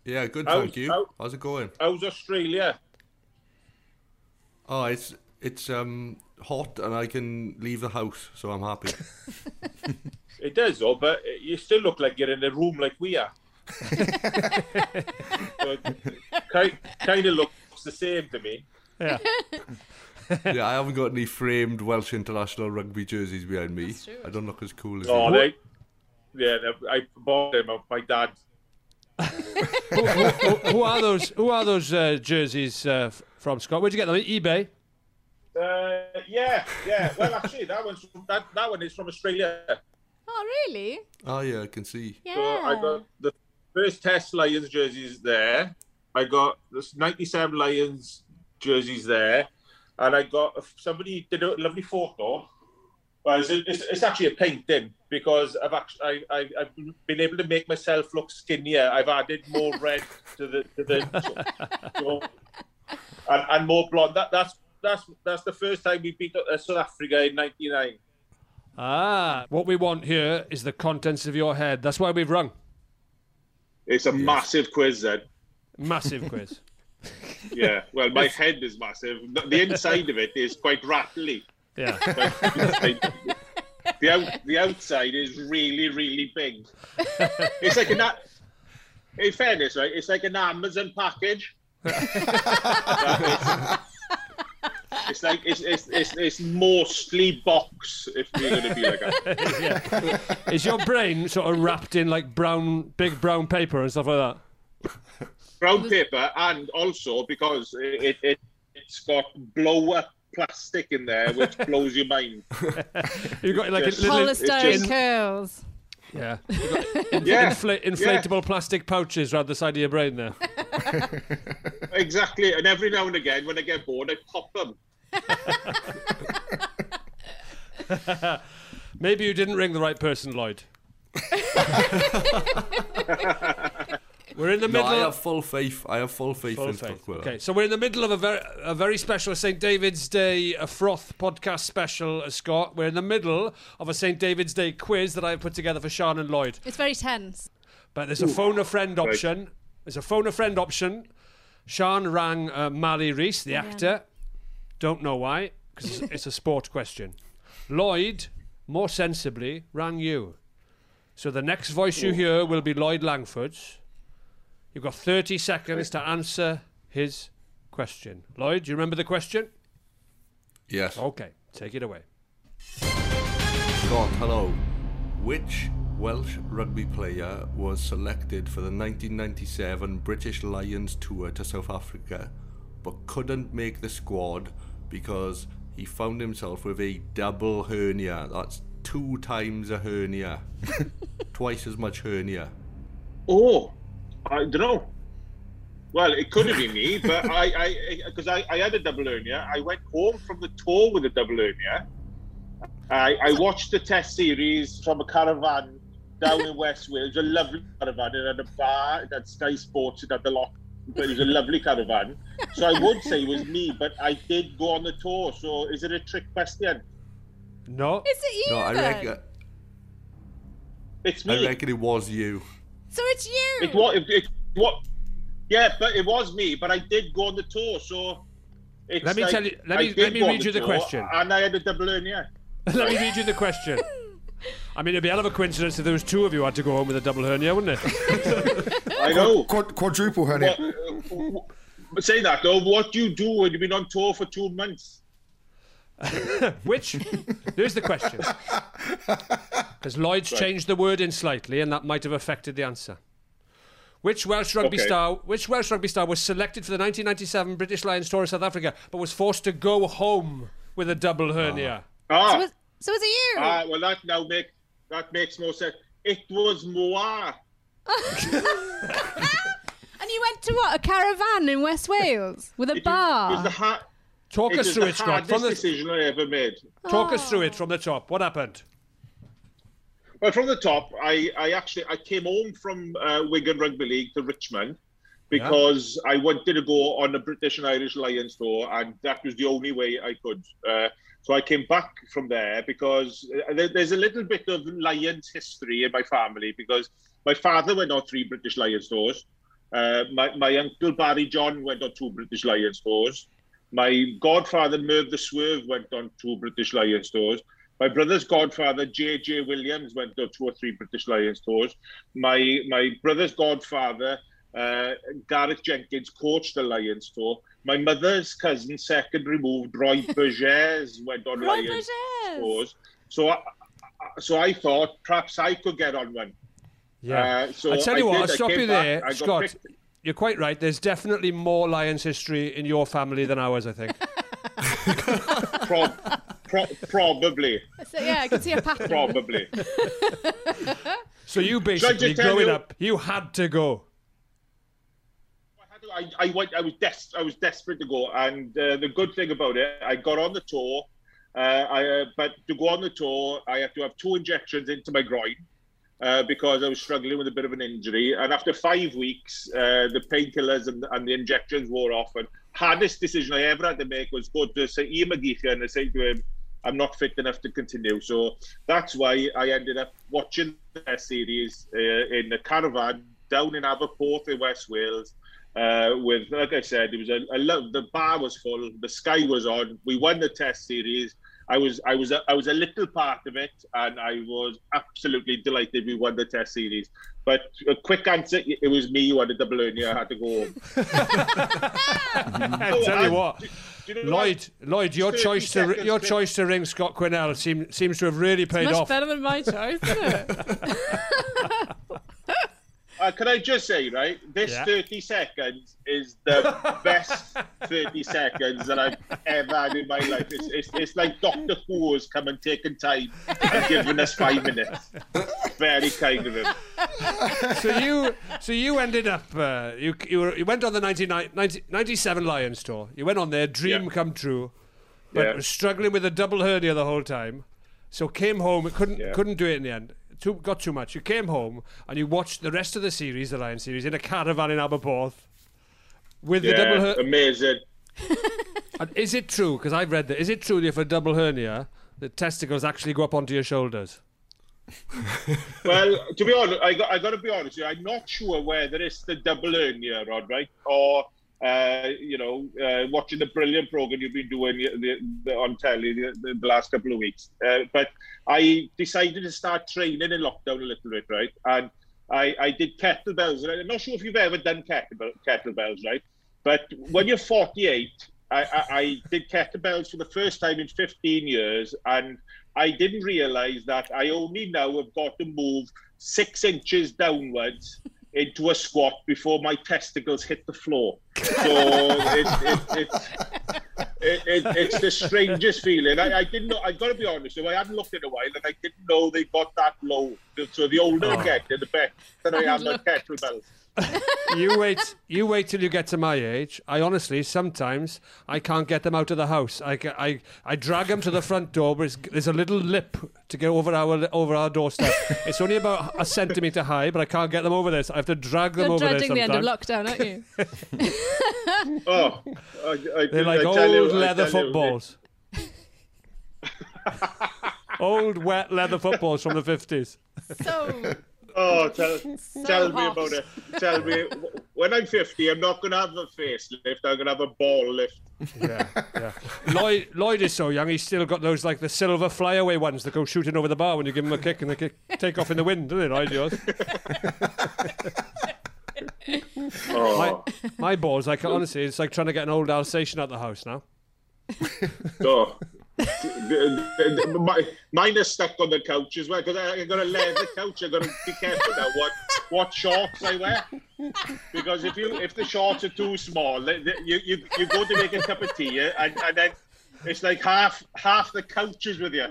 Yeah, good, How- thank you. how- How's it going? How's Australia? Oh, it's it's um hot, and I can leave the house, so I'm happy. It is, though, but you still look like you're in a room like we are. so kind, kind of looks the same to me. Yeah. yeah, I haven't got any framed Welsh international rugby jerseys behind me. I don't look as cool as Oh, you. they, yeah, they- I bought them off my dad. who, who are those? Who are those uh, jerseys uh, f- from, Scott? Where'd you get them? eBay. Uh, yeah, yeah. Well, actually, that one's from, that, that one is from Australia. Oh, really? Oh yeah, I can see. Yeah. So I got the first Test Lions jerseys there. I got this '97 Lions jerseys there, and I got somebody did a lovely photo. Well, it's, it's, it's actually a pink dim because I've actually I, I, I've been able to make myself look skinnier. I've added more red to the to the so- and, and more blonde. That, that's that's that's the first time we beat uh, South Africa in '99. Ah, what we want here is the contents of your head. That's why we've rung. It's a massive quiz, then. Massive quiz. Yeah. Well, my head is massive. The- The inside of it is quite rattly. Yeah. the out, the outside is really really big. It's like an. a- In fairness, right? It's like an Amazon package. it's like it's it's, it's it's mostly box if we're going to be like that. Is your brain sort of wrapped in like brown, big brown paper and stuff like that? brown paper, and also because it, it it's got blow up plastic in there, which blows your mind. You've got like Just- a little it's just- Polystyrene curls. Yeah. Yeah. Infla- Yeah. inflatable plastic pouches around the side of your brain there. Exactly, and every now and again, when I get bored, I pop them. Maybe you didn't ring the right person, Lloyd. We're in the No, middle. I have full faith. I have full faith Full in faith. Stockwell. Okay, so we're in the middle of a very, a very special St. David's Day a froth podcast special, uh, Scott. We're in the middle of a St. David's Day quiz that I've put together for Sean and Lloyd. It's very tense. But there's a phone a friend option. There's a phone a friend option. Sean rang uh, Mally Reese, the Yeah. actor. Don't know why, because it's a sport question. Lloyd, more sensibly, rang you. So the next voice you Ooh. hear will be Lloyd Langford's. You've got 30 seconds to answer his question. Lloyd, do you remember the question? Yes. Okay, take it away. Scott, hello. Which Welsh rugby player was selected for the 1997 British Lions tour to South Africa but couldn't make the squad because he found himself with a double hernia? That's two times a hernia, twice as much hernia. Oh, I don't know. Well, it could have been me, but I, I, because I, I had a double hernia. I went home from the tour with a double hernia. I, I watched the test series from a caravan down in West Wales, a lovely caravan. It had a bar, it had Sky Sports, it had the lot. But it was a lovely caravan. So I would say it was me, but I did go on the tour. So is it a trick question? No. Is it you? No, I then? reckon. It's I reckon it was you. So it's you. It was. It, it, what? Yeah, but it was me. But I did go on the tour, so. It's Let me like, tell you- let I me- did let me go on read you the tour, question. And I had a double hernia. Let me read you the question. I mean, it'd be a hell of a coincidence if there was two of you had to go home with a double hernia, wouldn't it? I know. quadruple hernia. What, uh, but say that though. What do you do when you've been on tour for two months? Which? There's the question. Because Lloyd's Right. changed the wording slightly, and that might have affected the answer. Which Welsh rugby Okay. star? Which Welsh rugby star was selected for the 1997 British Lions tour of South Africa, but was forced to go home with a double hernia? Ah, So, is, so is it you? ah well, that now make that makes more sense. It was Moa. and you went to what? A caravan in West Wales with a It was bar. the ha- Talk it us was through the it, Scott. From hardest the decision I ever made. talk us through it from the top. What happened? Well, from the top, I, I actually I came home from uh, Wigan Rugby League to Richmond because I wanted to go on the British and Irish Lions tour, and that was the only way I could. Uh, so I came back from there because uh, there, there's a little bit of Lions history in my family because my father went on three British Lions tours. Uh, my, my uncle Barry John went on two British Lions tours. My godfather Merv the Swerve went on two British Lions tours. My brother's godfather JJ Williams went on two or three British Lions tours. My my brother's godfather uh, Gareth Jenkins coached the Lions tour. My mother's cousin, second removed, Roy Bergers went on Roy Lions Bergers. tours. So I, I- so I thought perhaps I could get on one. Yeah. Uh, so I tell you I what, did, I'll I stop came you back, there, I got Scott. picked. You're quite right. There's definitely more Lions history in your family than ours, I think. Prob- pro- probably. So, yeah, I can see a pattern. Probably. So you Should I just basically tell growing you- up, you had to go. I, I went. I was des- I was desperate to go, and uh, the good thing about it, I got on the tour. Uh, I, uh, but to go on the tour, I had to have two injections into my groin uh, because I was struggling with a bit of an injury. And after five weeks, uh, the painkillers and, and the injections wore off. And hardest decision I ever had to make was go to Sir Ian McGeechan and say to him, I'm not fit enough to continue. So that's why I ended up watching their series uh, in the caravan down in Aberporth in West Wales. Uh, with, like I said, it was a, a love. The bar was full. The sky was on. We won the Test series. I was, I was, a, I was a little part of it, and I was absolutely delighted we won the Test series. But a quick answer: it was me who had a double hernia. I had to go home. Oh, I tell you what, Lloyd, Lloyd, your 30 choice to seconds, your please. choice to ring Scott Quinnell seem, seems to have really paid Much off. better than my choice, isn't it? Uh, can I just say, right? This Yeah. 30 seconds is the best 30 seconds that I've ever had in my life. It's, it's, it's like Doctor Who has come and taken time and given us five minutes. Very kind of him. so you, so you ended up, uh, you you, were, you went on the 99 90 97 Lions tour. You went on there, dream come true, but Yeah. was struggling with a double hernia the whole time. So came home, couldn't Yeah. couldn't do it in the end. Too, got too much. You came home and you watched the rest of the series, the Lion series, in a caravan in Aberporth with the double Yeah, um, hernia. amazing. And is it true? Because I've read that. Is it true that for a double hernia, the testicles actually go up onto your shoulders? well, to be honest, I got, I got to be honest. with you, I'm not sure whether it's the double hernia, Rod, right, or uh, you know, uh, watching the brilliant program you've been doing the, the, the, on telly the, the, the last couple of weeks. Uh, but I decided to start training in lockdown a little bit, right, and I, I did kettlebells. Right? I'm not sure if you've ever done kettlebell, kettlebells, right? But when you're 48, I, I, I did kettlebells for the first time in 15 years, and I didn't realise that I only now have got to move six inches downwards into a squat before my testicles hit the floor. So it, it, it's it, it, it's the strangest feeling. I, I didn't know. I've got to be honest. with you, I hadn't looked in a while, and I didn't know they got that low. So the older Oh. I get, the better I am at kettlebells. you wait. You wait till you get to my age. I honestly sometimes I can't get them out of the house. I ca- I, I drag them to the front door, but it's, there's a little lip to get over our over our doorstep. it's only about a centimeter high, but I can't get them over this. I have to drag them You're over there dreading the end of sometimes. lockdown, aren't you? Oh, I, I, They're like I old tell you- I leather tell you, footballs. old wet leather footballs from the fifties. So. Oh, tell, tell me hot. about it. Tell me. When I'm 50, I'm not going to have a facelift. I'm going to have a ball lift. Yeah, yeah. Lloyd, Lloyd is so young, he's still got those like the silver flyaway ones that go shooting over the bar when you give him a kick and they kick, take off in the wind, don't they, Lloyd? Yours? Oh. My, my balls, like honestly, it's like trying to get an old Alsatian out the house now. Oh. The- the- the- my, mine is stuck on the couch as well because I, I got a leather couch. I got to be careful now what what shorts I wear because if you if the shorts are too small, they- they- you you, you go to make a cup of tea yeah, and, and then it's like half half the couch is with you.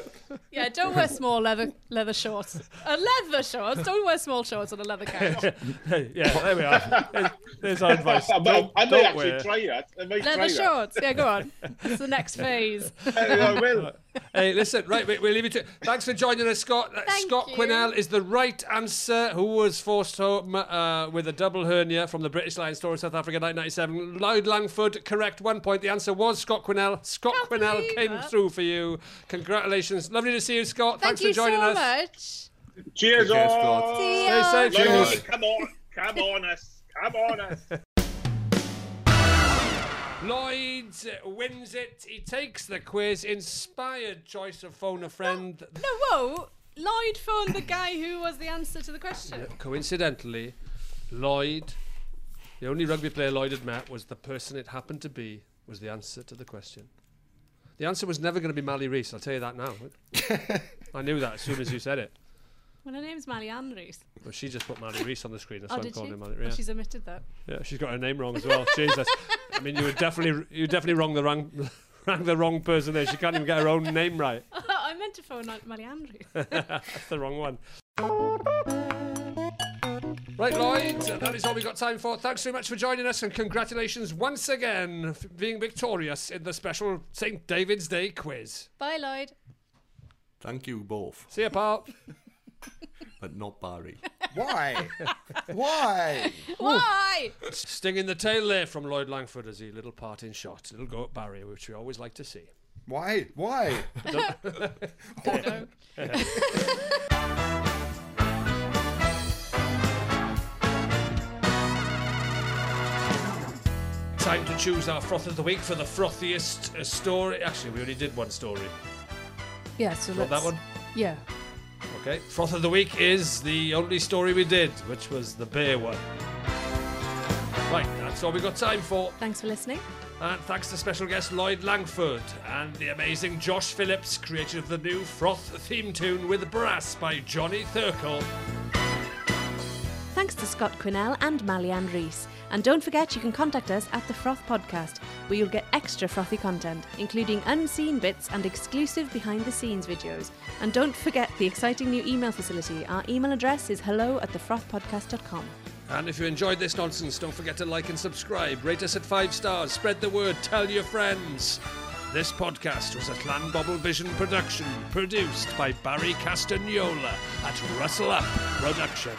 Yeah, don't wear small leather leather shorts. Uh, leather shorts. Don't wear small shorts on a leather couch. yeah, there we are. There's, there's our advice. I, might- Don't, I may don't actually wear- try that. I might try Leather that. shorts. Yeah, go on. It's the next phase. I will. Hey, listen, right, we, we'll leave it to. Thanks for joining us, Scott. Uh, Scott Quinnell is the right answer, who was forced home uh, with a double hernia from the British Lions Tour in South Africa 1997. Lloyd Langford, correct, one point. The answer was Scott Quinnell. Scott Quinnell came through for you. Congratulations. Lovely to see you, Scott. Thank thanks you for joining so us. much. Cheers, Take care, Scott. all. See ya. Stay safe, Lovely. cheers. Come on, come on us, come on us. Lloyd wins it. He takes the quiz. Inspired choice of phone a friend. No, whoa. Lloyd phoned the guy who was the answer to the question. Coincidentally, Lloyd, the only rugby player Lloyd had met was the person it happened to be, was the answer to the question. The answer was never going to be Mally Reese, I'll tell you that now. I knew that as soon as you said it. Well, her name's Mally Ann Reese. But she just put Mally Reese on the screen, that's Oh, why I'm did she? calling her Mally Oh, Reese. she's omitted that. Yeah, she's got her name wrong as well. Jesus. I mean, you were definitely, you were definitely wrong the wrong, wrong the wrong person there. She can't even get her own name right. I meant to phone Mally Ann Reese. That's the wrong one. Right, Lloyd, that is all we got time for. Thanks very much for joining us, and congratulations once again for being victorious in the special St. David's Day quiz. Bye, Lloyd. Thank you both, See you, pal. but not Barry. Why? Why? Why? Sting in the tail there from Lloyd Langford as a little parting shot. Little go at Barry, which we always like to see. Why? Why? Time to choose our froth of the week for the frothiest uh, story. Actually, we only did one story. Yeah, so Not let's. that one. Yeah. Okay. Froth of the week is the only story we did, which was the beer one. Right, that's all we got time for. Thanks for listening. And thanks to special guest Lloyd Langford and the amazing Josh Phillips, creator of the new Froth theme tune with brass by Johnny Thurkel. Thanks to Scott Quinnell and Malian Reese. And don't forget you can contact us at the Froth Podcast, where you'll get extra frothy content, including unseen bits and exclusive behind the scenes videos. And don't forget the exciting new email facility. Our email address is hello at thefrothpodcast.com. And if you enjoyed this nonsense, don't forget to like and subscribe, rate us at five stars, spread the word, tell your friends. This podcast was a Clan Bobble Vision production, produced by Barry Castagnola at Russell Up Productions.